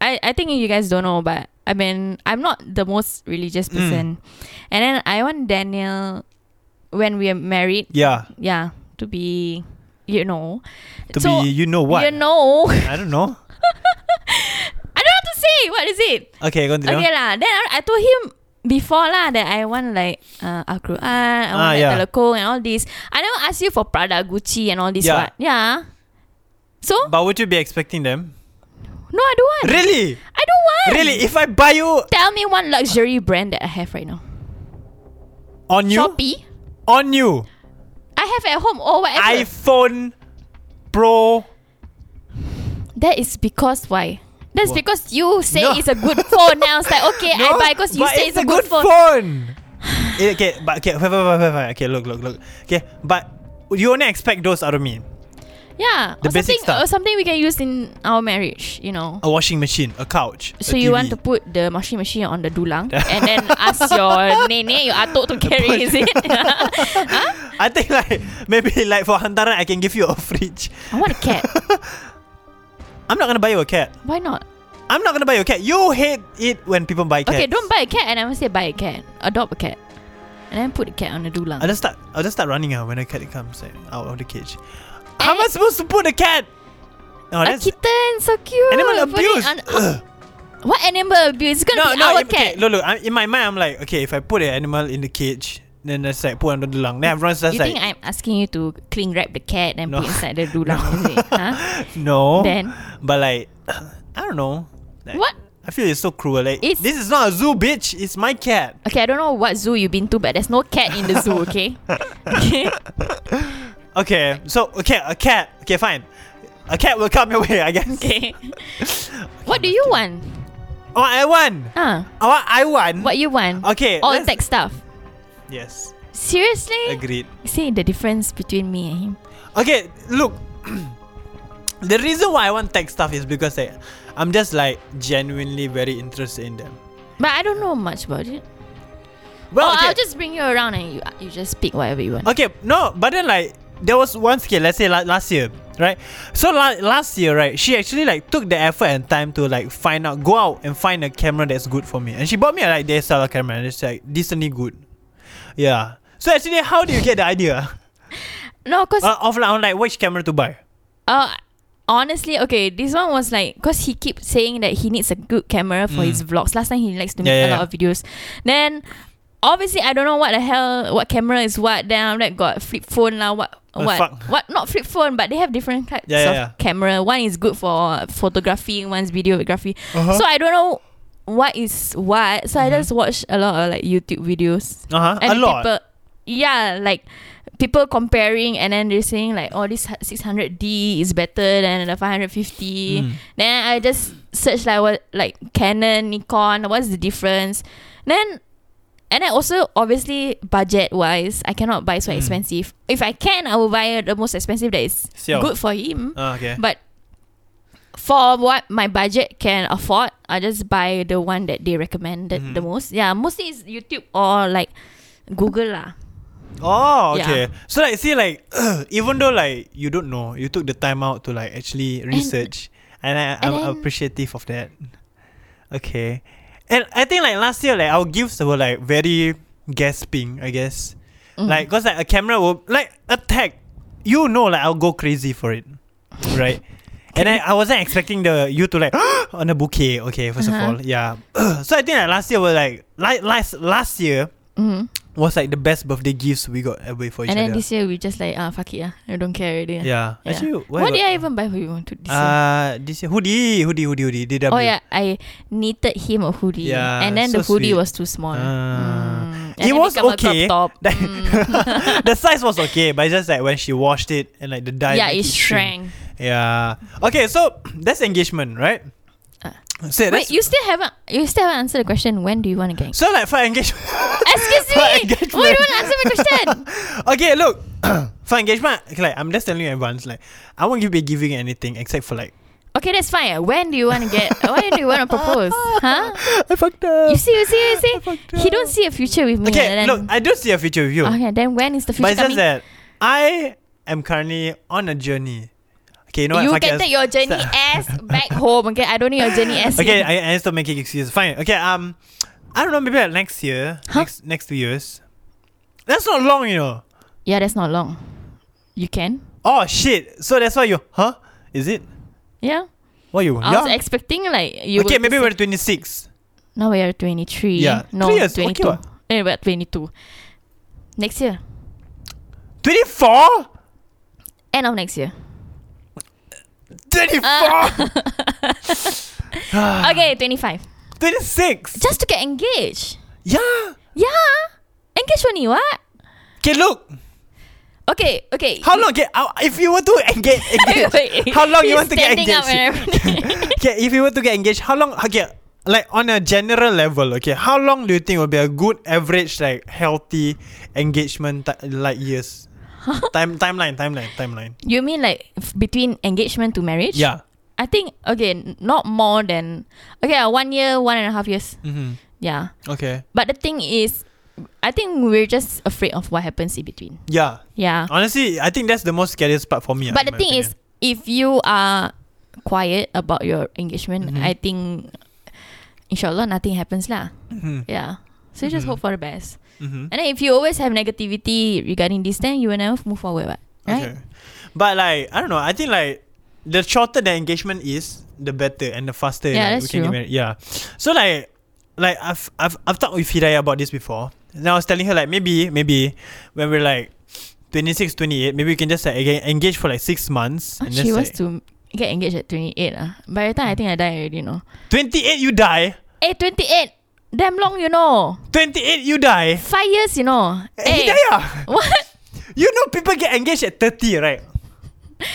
S6: I I think you guys don't know, but I mean I'm not the most religious
S4: Mm.
S6: person, and then I want Daniel when we are married,
S4: Yeah.
S6: yeah, to be, you know,
S4: To
S6: So,
S4: be, you know what?
S6: you know,
S4: I don't know.
S6: I don't know what to say. What is it?
S4: Okay, continue.
S6: Okay lah. Then I, I told him before lah that I want like uh, Al Quran, I want
S4: Ah,
S6: like
S4: yeah.
S6: Telekong and all this. I never ask you for Prada, Gucci, and all this.
S4: Yeah.
S6: What? Yeah. So
S4: But would you be expecting them?
S6: no, I don't want.
S4: Really?
S6: I don't want.
S4: Really? If I buy you
S6: Tell me one luxury brand that I have right now.
S4: on you,
S6: Shopee.
S4: on you,
S6: I have at home or whatever.
S4: iPhone Pro.
S6: that is because why? That's
S4: Wha-
S6: because you say
S4: No.
S6: it's a good phone. Now it's like okay, I
S4: No,
S6: buy because you
S4: but
S6: say it's, a good, phone.
S4: phone. Eh, okay, but okay, fine, fine, fine, fine, fine. okay, look, look, look. Okay, but you only expect those out of me.
S6: Yeah,
S4: The
S6: or
S4: basic
S6: something
S4: stuff. Uh,
S6: or something we can use in our marriage. You know.
S4: A washing machine, a couch.
S6: So
S4: a
S6: you
S4: TV.
S6: want to put the washing machine on the dulang and then ask your nene, your atuk to carry, is it? huh?
S4: I think like maybe like for hantaran I can give you a fridge.
S6: I want a cat.
S4: I'm not gonna buy you a cat.
S6: Why not?
S4: I'm not gonna buy you a cat. You hate it when people buy cats.
S6: Okay, don't buy a cat. And I never say buy a cat. Adopt a cat, and then put the cat on the dulang.
S4: I'll just start. I'll just start running out when the cat comes like, out of the cage. How am I supposed to put the cat? Oh,
S6: a kitten, so cute.
S4: animal
S6: Put it
S4: abuse.
S6: on- What animal abuse? It's gonna
S4: no,
S6: be
S4: no.
S6: our
S4: If,
S6: cat.
S4: okay, look, look. I, in my mind, I'm like, okay, if I put an animal in the cage, then that's like put under the lung. Then everyone's just
S6: you
S4: like,
S6: think I'm asking you to cling wrap the cat and
S4: No. Oh.
S6: put inside the dulang? Is it? Huh?
S4: no.
S6: Then?
S4: but like, I don't know. Like,
S6: What?
S4: I feel it's so cruel. Like,
S6: It's-
S4: this is not a zoo, bitch. It's my cat.
S6: Okay, I don't know what zoo you've been to, but there's no cat in the zoo. Okay. okay.
S4: Okay, so okay, a cat. Okay, fine. A cat will come your way, I guess.
S6: Okay. what do you want?
S4: Oh, I won.
S6: Ah,
S4: Oh, I won.
S6: what you want?
S4: Okay,
S6: All
S4: let's-
S6: tech stuff.
S4: Yes,
S6: Seriously?
S4: agreed.
S6: See the difference between me and him.
S4: Okay, look. the reason why I want tech stuff is because like, I'm just like genuinely very interested in them.
S6: But I don't know much about it.
S4: Well,
S6: oh,
S4: okay.
S6: I'll just bring you around and you you just pick whatever you want.
S4: okay, no, but then like there was once, okay, let's say la- last year, right? So la- last year, right, she actually like took the effort and time to like find out, go out and find a camera that's good for me, and she bought me like the DSLR camera, and it's like decently good. Yeah. So actually, how do you get the idea
S6: No, cause
S4: uh, of like, on, like which camera to buy?
S6: Uh, honestly, okay, this one was like because he keeps saying that he needs a good camera for his vlogs. Last time he likes to make
S4: Mm. Yeah,
S6: a
S4: yeah,
S6: lot of videos. Then obviously I don't know what the hell what camera is what. Then I'm like got flip phone lah. What
S4: Oh,
S6: what
S4: fuck.
S6: what not flip phone, but they have different types
S4: Yeah,
S6: of
S4: yeah, yeah.
S6: camera. One is good for photography, one's videography.
S4: Uh-huh.
S6: So I don't know. What is what? So I
S4: Mm-hmm.
S6: just watch a lot of like YouTube videos
S4: Uh huh. A
S6: and
S4: lot.
S6: people yeah like people comparing and then they're saying like oh this 600d is better than the 550
S4: Mm.
S6: then i just search like what like canon nikon what's the difference then and then also obviously budget wise i cannot buy
S4: Mm.
S6: so expensive if i can i will buy the most expensive that is
S4: Siao.
S6: good for him
S4: Ah, okay.
S6: but for what my budget can afford, I just buy the one that they recommended
S4: Mm-hmm.
S6: the most. Yeah, mostly it's YouTube or like Google lah.
S4: Oh,
S6: Yeah.
S4: okay. So like, see, like, even though like you don't know, you took the time out to like actually research, and, I,
S6: and
S4: I'm
S6: then-
S4: appreciative of that. Okay, And I think like last year, like our gifts were like very gasping, I guess.
S6: Mm-hmm.
S4: Like, cause like a camera will like attack. You know, like I'll go crazy for it, right? And then I wasn't expecting the you to like on the bouquet. Okay, 1st
S6: Uh-huh.
S4: of all, yeah. so I think like last year was like like last last year
S6: Mm-hmm.
S4: was like the best birthday gifts we got away for each
S6: And then
S4: other.
S6: this year we just like ah fuck it ah I don't care already.
S4: yeah.
S6: Yeah.
S4: actually, why
S6: what
S4: got-
S6: did I even buy for you to this year?
S4: Uh, this year hoodie, hoodie, hoodie, hoodie. DW.
S6: Oh yeah, I knitted him a hoodie,
S4: Yeah,
S6: and then
S4: so
S6: the hoodie
S4: sweet.
S6: was too small. Mm.
S4: Ah.
S6: And
S4: It
S6: then
S4: was
S6: become a crop
S4: okay.
S6: top.
S4: The,
S6: Mm.
S4: the size was okay, but it's just like when she washed it and like the dye.
S6: yeah,
S4: make
S6: it
S4: shrink.
S6: shrank.
S4: Yeah. Okay, so that's engagement, right?
S6: Ah.
S4: So,
S6: Wait,
S4: that's,
S6: you still haven't you still haven't answered the question. When do you want to get?
S4: so like for engagement.
S6: Excuse me.
S4: for
S6: Why you
S4: engagement-
S6: don't answer my question?
S4: okay, look. for engagement, okay, like I'm just telling you in advance, like I won't be giving anything except for like
S6: Okay, that's fine. When do you want to get? When do you want to propose? Huh?
S4: I fucked up.
S6: You see, you see, you see.
S4: fucked
S6: He don't
S4: up.
S6: see a future with me.
S4: okay,
S6: and then,
S4: look, I do see a future with you.
S6: okay, then when is the future
S4: But it's just
S6: coming?
S4: that I am currently on a journey. Okay, you know what?
S6: you
S4: fuck
S6: can
S4: it,
S6: take your journey
S4: start-
S6: ass back home. Okay, I don't need your journey ass.
S4: Okay,
S6: here.
S4: I, I still making excuses. Fine. Okay, um, I don't know. Maybe like next year,
S6: Huh?
S4: next next two years. That's not long, you know.
S6: yeah, that's not long. You can.
S4: Oh shit! So that's why you, huh? Is it?
S6: Yeah.
S4: What you?
S6: I was
S4: yeah.
S6: expecting like you.
S4: okay,
S6: would
S4: maybe
S6: say-
S4: we're twenty six.
S6: Now we are 23.
S4: Yeah,
S6: No,
S4: three years, okay
S6: 22.
S4: what?
S6: Eh, we're 22. Next year.
S4: Twenty four.
S6: Uh. End of next year.
S4: Twenty four.
S6: Ah. okay, 25.
S4: Twenty six.
S6: Just to get engaged.
S4: Yeah.
S6: Yeah. Engage only, what?
S4: Okay, look.
S6: Okay, okay.
S4: How long? Okay, uh, if you were to engage, engage
S6: Wait,
S4: how long you
S6: he's
S4: want to get
S6: standing up
S4: engaged?
S6: and everything.
S4: okay, if you were to get engaged, how long? Okay, like on a general level, okay, how long do you think would be a good average, like healthy engagement, ti- like years? Time timeline, timeline, timeline.
S6: you mean like f- between engagement to marriage?
S4: Yeah.
S6: I think, okay, n- not more than, okay, uh, one year, one and a half years.
S4: Mm-hmm.
S6: Yeah.
S4: Okay.
S6: But the thing is, I think we're just afraid of what happens in between.
S4: Yeah.
S6: Yeah.
S4: Honestly, I think that's the most scariest part for me. ah,
S6: but
S4: in
S6: the
S4: my
S6: thing is,
S4: opinion.
S6: if you are quiet about your engagement,
S4: Mhm.
S6: I think, inshallah, nothing happens lah.
S4: Mhm.
S6: Yeah. So you just
S4: Mm-hmm.
S6: hope for the best.
S4: Mhm.
S6: And then if you always have negativity regarding this, then you will never move forward, what? right?
S4: Okay. But like, I don't know. I think like the shorter the engagement is, the better and the faster
S6: Yeah, that's
S4: like, we can get
S6: true.
S4: married. Yeah. So like, like I've I've I've talked with Hidayah about this before. And I was telling her like maybe maybe when we're like 26, 28, maybe we can just like again engage for like six months.
S6: Oh,
S4: and
S6: she
S4: just,
S6: wants
S4: like-
S6: to get engaged at 28. Ah, By the time I think I die already, you know.
S4: 28, you die.
S6: Eh, 28! Damn long, you know.
S4: 28, you die.
S6: Five years, you know. Eh,
S4: Hey. Hidayah,
S6: what?
S4: you know people get engaged at 30, right?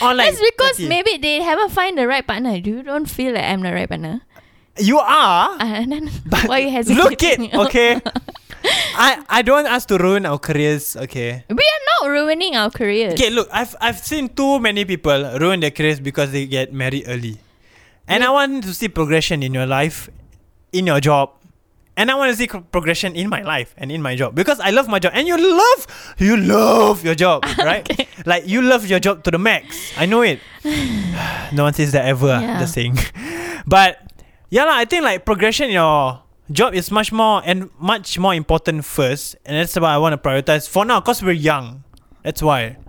S4: Or
S6: That's because
S4: 30.
S6: maybe they haven't find the right partner. Do you don't feel like I'm the right partner?
S4: you are.
S6: Uh, and then
S4: But
S6: why you hesitating?
S4: look it, okay. I I don't want us to ruin our careers, okay.
S6: We are not ruining our careers.
S4: Okay, look, I've I've seen too many people ruin their careers because they get married early, and I want to see progression in your life, in your job, and I want to see co- progression in my life and in my job because I love my job, and you love you love your job, right?
S6: Okay.
S4: Like you love your job to the max. I know it. no one says that ever. ah,
S6: Yeah.
S4: Just saying. but yeah, lah. I think like progression in your job is much more and much more important first, and that's why I want to prioritize for now because we're young. That's why.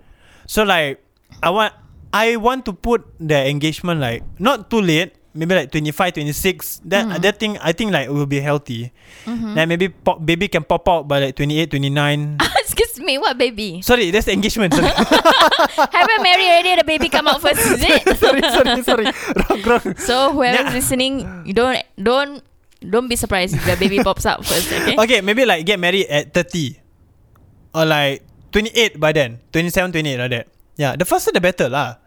S4: So like I want I want to put the engagement like not too late. Maybe like 25, 26 That that thing I think like will be healthy. Then maybe pop, baby can pop out by like 28, 29.
S6: Excuse me, what baby?
S4: sorry, that's the engagement. Sorry.
S6: Haven't married already, the baby come out first, is it?
S4: sorry, sorry, sorry. Wrong, wrong.
S6: So whoever's
S4: Nah.
S6: listening, you don't don't don't be surprised if the baby pops out first, okay?
S4: Okay, maybe like get married at 30. Or like 28 by then. 27, 28 like that. Yeah, the faster the better lah.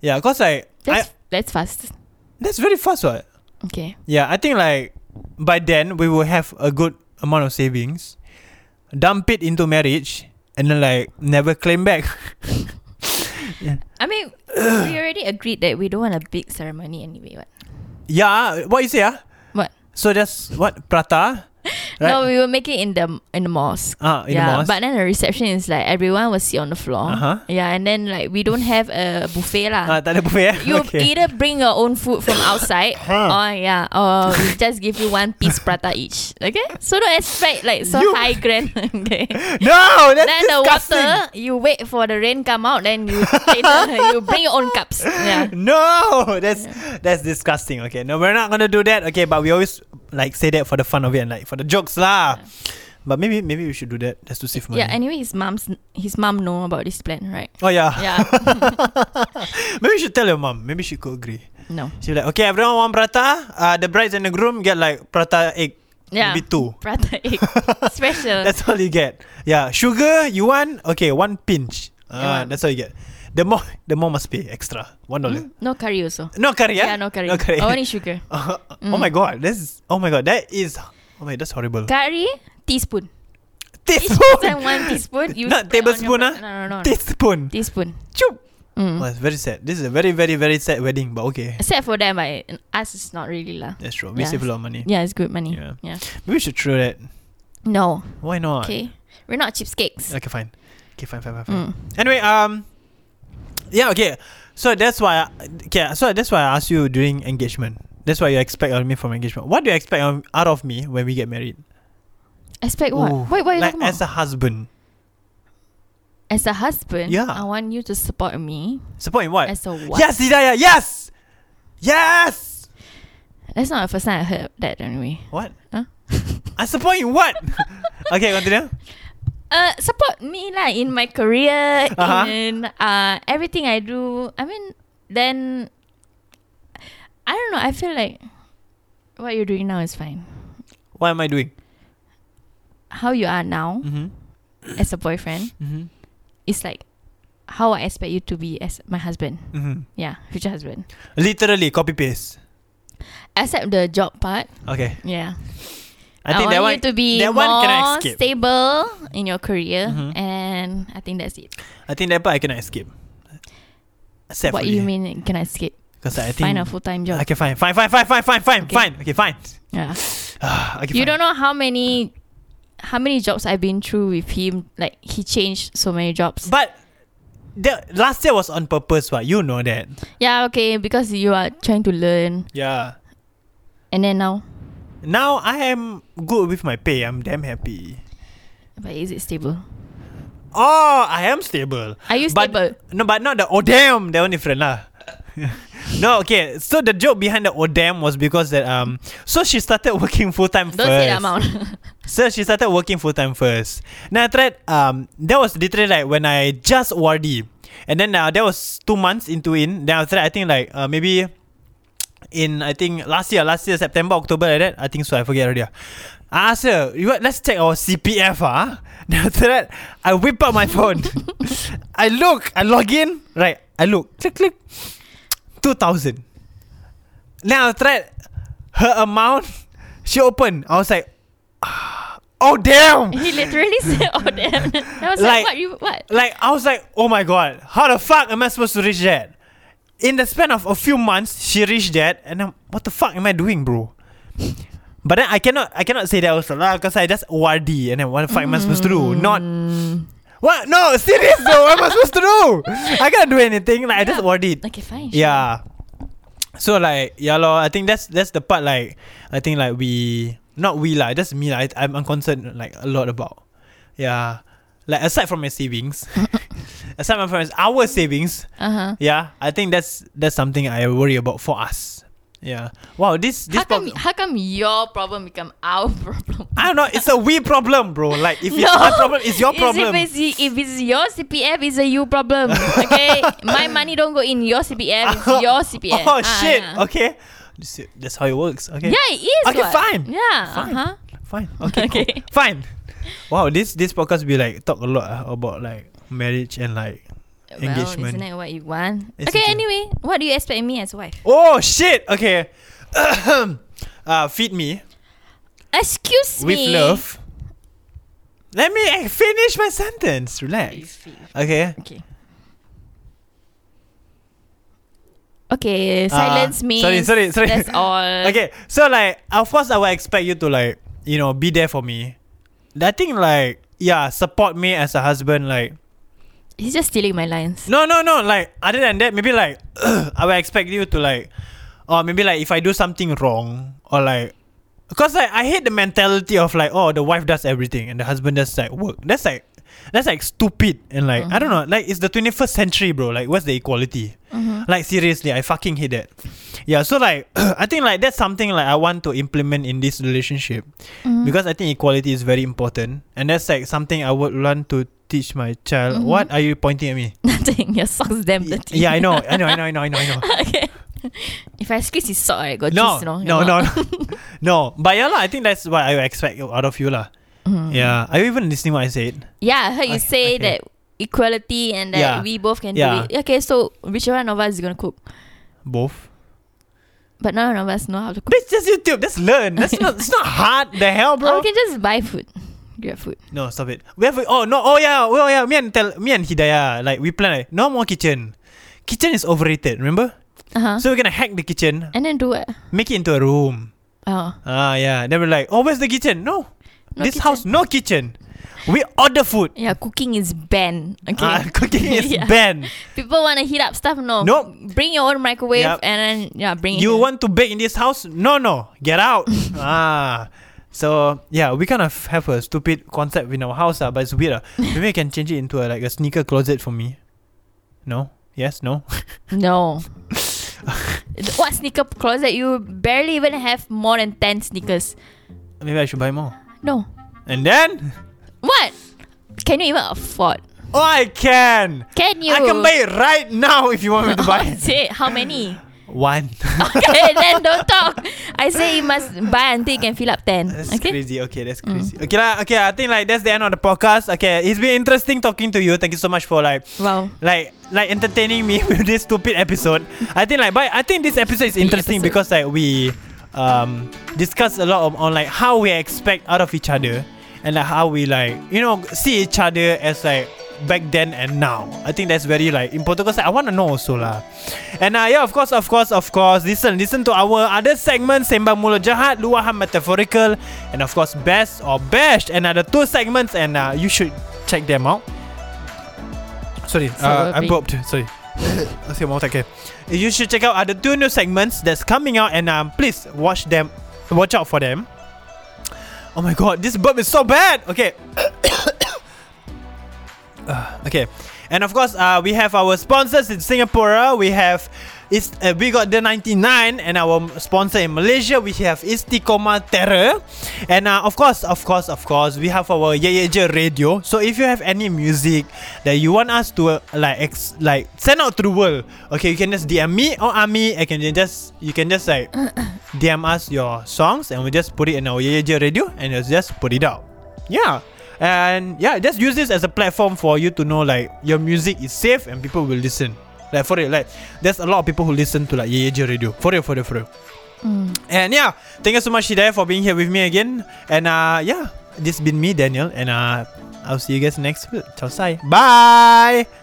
S4: Yeah, cause like,
S6: That's
S4: I,
S6: that's fast.
S4: that's very fast what?
S6: Okay.
S4: Yeah, I think like by then we will have a good amount of savings. Dump it into marriage and then like never claim back.
S6: I mean, we already agreed that we don't want a big ceremony anyway. What?
S4: yeah, what you say ah?
S6: What?
S4: So just what prata? Right?
S6: No, we were making in the in the mosque.
S4: Ah, in the
S6: yeah,
S4: mosque.
S6: But then the reception is like everyone will sit on the floor.
S4: Uh-huh.
S6: Yeah, and then like we don't have a buffet lah.
S4: Ah, tak ada buffet eh?
S6: you
S4: okay.
S6: either bring your own food from outside, or yeah, or we just give you one piece prata each. Okay, so don't expect like so
S4: You-
S6: high grand. Okay,
S4: No, that's
S6: then the
S4: disgusting.
S6: water you wait for the rain come out, then you later, you bring your own cups. Yeah,
S4: No, that's that's disgusting. Okay, no, we're not gonna do that. Okay, but we always like say that for the fun of it and like for the jokes lah. But maybe maybe we should do that just to save money.
S6: yeah. Anyway, his mom's his mom know about this plan, right?
S4: oh yeah.
S6: Yeah.
S4: maybe you should tell your mom. Maybe she could agree.
S6: No.
S4: She'll be like, okay, everyone want prata. Uh, the brides and the groom get like prata egg.
S6: Yeah. Uh.
S4: Maybe two.
S6: Prata egg. eh, Special.
S4: That's all you get. Yeah, sugar you want? Okay, one pinch. Uh,
S6: Yeah.
S4: that's all you get. The more the more must pay extra. One dollar.
S6: Hmm? no curry also.
S4: No curry, yeah?
S6: Yeah, no curry.
S4: No curry.
S6: Only sugar.
S4: Oh my god, this is, oh my god, that is oh my that's horrible.
S6: Curry, teaspoon. Each person one teaspoon. You spread on
S4: Not tablespoon,
S6: your
S4: ah.
S6: plate. No, no, no.
S4: Teaspoon.
S6: teaspoon.
S4: Chup.
S6: Mm.
S4: Oh, it's very sad. This is a very, very, very sad wedding, but okay.
S6: Except for them, I us is not really lah.
S4: That's true. We
S6: Yeah.
S4: save a lot of money.
S6: Yeah, it's good money.
S4: Yeah.
S6: Yeah.
S4: Maybe we should throw that.
S6: No.
S4: Why not?
S6: Okay. Mm. We're not cheapskates. Hmm.
S4: Okay, fine. Okay, fine, fine, fine, fine. Anyway, um, yeah, okay. So that's why, I, okay. So that's why I asked you during engagement. That's why you expect of me from engagement. What do you expect of, out of me when we get married?
S6: Expect what?
S4: Ooh,
S6: Wait, what are you
S4: like
S6: talking about?
S4: as a husband,
S6: As a husband,
S4: Yeah.
S6: I want you to support me.
S4: support in what?
S6: As a what?
S4: Yes, Hidayah. Yes, yes.
S6: That's not the first time I heard that anyway.
S4: What?
S6: Huh?
S4: I support in what? okay, continue.
S6: Uh, support me lah in my career,
S4: Uh-huh.
S6: in uh everything I do. I mean, then I don't know. I feel like what you're doing now is fine.
S4: What am I doing?
S6: How you are now
S4: Mm-hmm.
S6: as a boyfriend
S4: Mm-hmm.
S6: is like how I expect you to be as my husband.
S4: Mm-hmm.
S6: Yeah, future husband.
S4: Literally copy paste.
S6: Except the job part.
S4: Okay,
S6: Yeah,
S4: I
S6: want
S4: think that
S6: you
S4: one.
S6: to be
S4: that
S6: more
S4: one can escape.
S6: stable in your career,
S4: Mhm.
S6: and I think that's it.
S4: I think that part I cannot escape. Except
S6: What
S4: for
S6: you mean? Can I escape?
S4: Because I think
S6: Find a full time job.
S4: Okay, fine, fine, fine, fine, fine, fine, fine,
S6: Okay.
S4: fine. Okay, fine.
S6: Yeah.
S4: okay,
S6: You
S4: fine.
S6: don't know how many how many jobs I've been through with him. Like he changed so many jobs.
S4: But the last year was on purpose, what? You know that.
S6: yeah, okay, because you are trying to learn,
S4: Yeah.
S6: and then now,
S4: Now I am good with my pay. I'm damn happy.
S6: but is it stable?
S4: Oh, I am stable.
S6: Are you
S4: But-
S6: stable?
S4: No, but not the oh damn. That one different lah. no, okay. So the joke behind the oh damn was because that um. So she started working full time first.
S6: Don't say that amount.
S4: So she started working full time first. Then I tried. Um, that was literally like when I just ORD, and then uh, that was two months into in. Then after that, I think like uh, maybe in I think last year, last year September, October like that. I think so. I forget already. ah. I asked her, you what, let's check our CPF, ah. Then after that, I whip out my phone. I look, I log in, right? I look, click, click, two thousand. Now after that, her amount, she opened. I was like, oh damn.
S6: he literally said, "Oh damn!" I was like,
S4: Like-
S6: "What you what?"
S4: Like I was like, oh my god, how the fuck am I supposed to reach that? In the span of a few months, she reached that, and I'm, what the fuck am I doing, bro? But then I cannot, I cannot say that also lah, cause I just ORD, and then what the fuck am I supposed to do? Not mm. what? No, serious though. What am I supposed to do? I can't do anything. Like I just
S6: Yeah.
S4: ORD.
S6: Okay, fine. sure.
S4: Yeah. So like yeah lor, I think that's that's the part like I think like we not we lah, just me lah. I, I'm I'm concerned like a lot about. Yeah. Like aside from my savings, aside from our savings,
S6: Uh huh.
S4: yeah, I think that's that's something I worry about for us. Yeah. Wow, this this
S6: How come?
S4: prob-
S6: How come your problem become our problem?
S4: I don't know, it's a we problem, bro. Like if
S6: no.
S4: it's my problem, it's Ah, your problem.
S6: If it's, if it's your CPF, it's a you problem. Okay, my money don't go in your CPF. It's your CPF.
S4: Oh
S6: Ah,
S4: shit.
S6: yeah.
S4: Okay. This- That's how it works. Okay.
S6: Yeah, it is.
S4: Okay,
S6: what.
S4: fine.
S6: Yeah.
S4: Fine.
S6: Uh huh.
S4: Fine. Okay.
S6: Okay.
S4: Cool. Fine. Wow, this this podcast we like talk a lot ah, about like marriage and like
S6: Well, isn't
S4: engagement.
S6: that what you want?
S4: Isn't
S6: okay.
S4: it?
S6: Anyway, what do you expect me as a wife?
S4: Oh shit. Okay. uh, feed me
S6: Excuse
S4: with
S6: me.
S4: love. Let me eh, finish my sentence. Relax. Okay.
S6: Okay. Okay. Silence
S4: Ah,
S6: me.
S4: sorry, sorry, sorry.
S6: That's all. Uh.
S4: Okay. So like, of course, I will expect you to like you know, be there for me. I think like yeah, support me as a husband. Like
S6: He's just stealing my lines.
S4: no, no, no. Like other than that, maybe like I will expect you to like, or maybe like if I do something wrong or like, cause like I hate the mentality of like oh the wife does everything and the husband does like work. That's like that's like stupid and like I don't know. Like it's the twenty first century, bro. Like what's the equality? Like seriously, I fucking hate that. Yeah, so like I think like that's something like I want to implement in this relationship
S6: Mm.
S4: because I think equality is very important and that's like something I would want to teach my child. What are you pointing at me?
S6: Nothing. Your socks damn
S4: Y-
S6: dirty.
S4: Yeah, I know, I know, I know, I know, I know, I know.
S6: okay. If I squeeze his sock, I got
S4: No,
S6: juice, you know.
S4: no, no, no, no. But yeah, lah. I think that's what I expect out of you, lah. Yeah. Are you even listening what I said?
S6: Mm. Yeah, I heard you
S4: Okay,
S6: say
S4: okay.
S6: that equality and that
S4: Yeah.
S6: we both can
S4: Yeah.
S6: do it. Okay, so which one of us is gonna cook?
S4: Both.
S6: But none of us know how to cook.
S4: That's just YouTube. That's learn. That's not. It's not hard. The hell,
S6: Or
S4: bro.
S6: we can just buy food. Grab food.
S4: No, stop it. We have. a- Oh no. Oh yeah. Oh yeah. Me and tell me and Hidayah like we plan like no more kitchen. Kitchen is overrated. Remember?
S6: Uh huh.
S4: So we're gonna hack the kitchen,
S6: and then do what?
S4: make it into a room.
S6: Oh.
S4: Ah yeah. Then we're like, oh, where's the kitchen? No,
S6: No
S4: this
S6: kitchen.
S4: house no kitchen. We order food.
S6: Yeah, cooking is banned. Okay.
S4: Ah, cooking is
S6: Yeah.
S4: banned.
S6: People wanna heat up stuff, no.
S4: Nope.
S6: Bring your own microwave
S4: Yup.
S6: and then yeah, bring it
S4: you
S6: here.
S4: want to bake in this house? No, no, get out. ah, so yeah, we kind of have a stupid concept in our house, uh, but it's weird. Uh. Maybe I can change it into a, like a sneaker closet for me. No. Yes. No.
S6: No. what sneaker closet? You barely even have more than ten sneakers.
S4: Maybe I should buy more.
S6: No.
S4: And then,
S6: What? Can you even afford?
S4: oh, I can.
S6: Can you? Oh,
S4: I can buy it right now if you want me to buy it.
S6: Say how many?
S4: One.
S6: Okay, then don't talk. I say you must buy until you can fill up ten.
S4: That's
S6: okay. Mm.
S4: crazy. Okay, that's crazy. Okay, lah. okay. I think like that's the end of the podcast. Okay, it's been interesting talking to you. Thank you so much for like
S6: Wow.
S4: like like entertaining me with this stupid episode. I think like but I think this episode is interesting
S6: episode.
S4: because like we um discuss a lot of, on like how we expect out of each other and like how we like you know see each other as like back then and now. I think that's very like important because I want to know also lah. And uh, yeah, of course, of course, of course. Listen, listen to our other segments, Sembang Mulut Jahat, Luahan Metaphorical, and of course, Best or Bashed. And other two segments, and uh, you should check them out. Sorry, uh,
S6: Sorry.
S4: I burped. Sorry. Okay, one more second. You should check out other two new segments that's coming out, and um, please watch them. Watch out for them. Oh my god, this burp is so bad. Okay. Uh, okay. And of course, uh, we have our sponsors in Singapore. uh, We have it's uh, we got the 99 and our m- sponsor in Malaysia we have Istiqomah Terror. And uh, of course, of course, of course, we have our Ye Ye Je radio. So if you have any music that you want us to uh, like ex- like send out to the world, okay, you can just DM me or Ami. I can just you can just like DM us your songs and we just put it in our Ye Ye Je radio and it's just put it out. Yeah. And yeah, just use this as a platform for you to know like your music is safe and people will listen. Like for real, like there's a lot of people who listen to like Ye Ye Je Radio. For real, for real, for real. And yeah, thank you so much Hidayah for being here with me again. And uh yeah, this has been me, Daniel, and uh I'll see you guys next week. Ciao sai. Bye.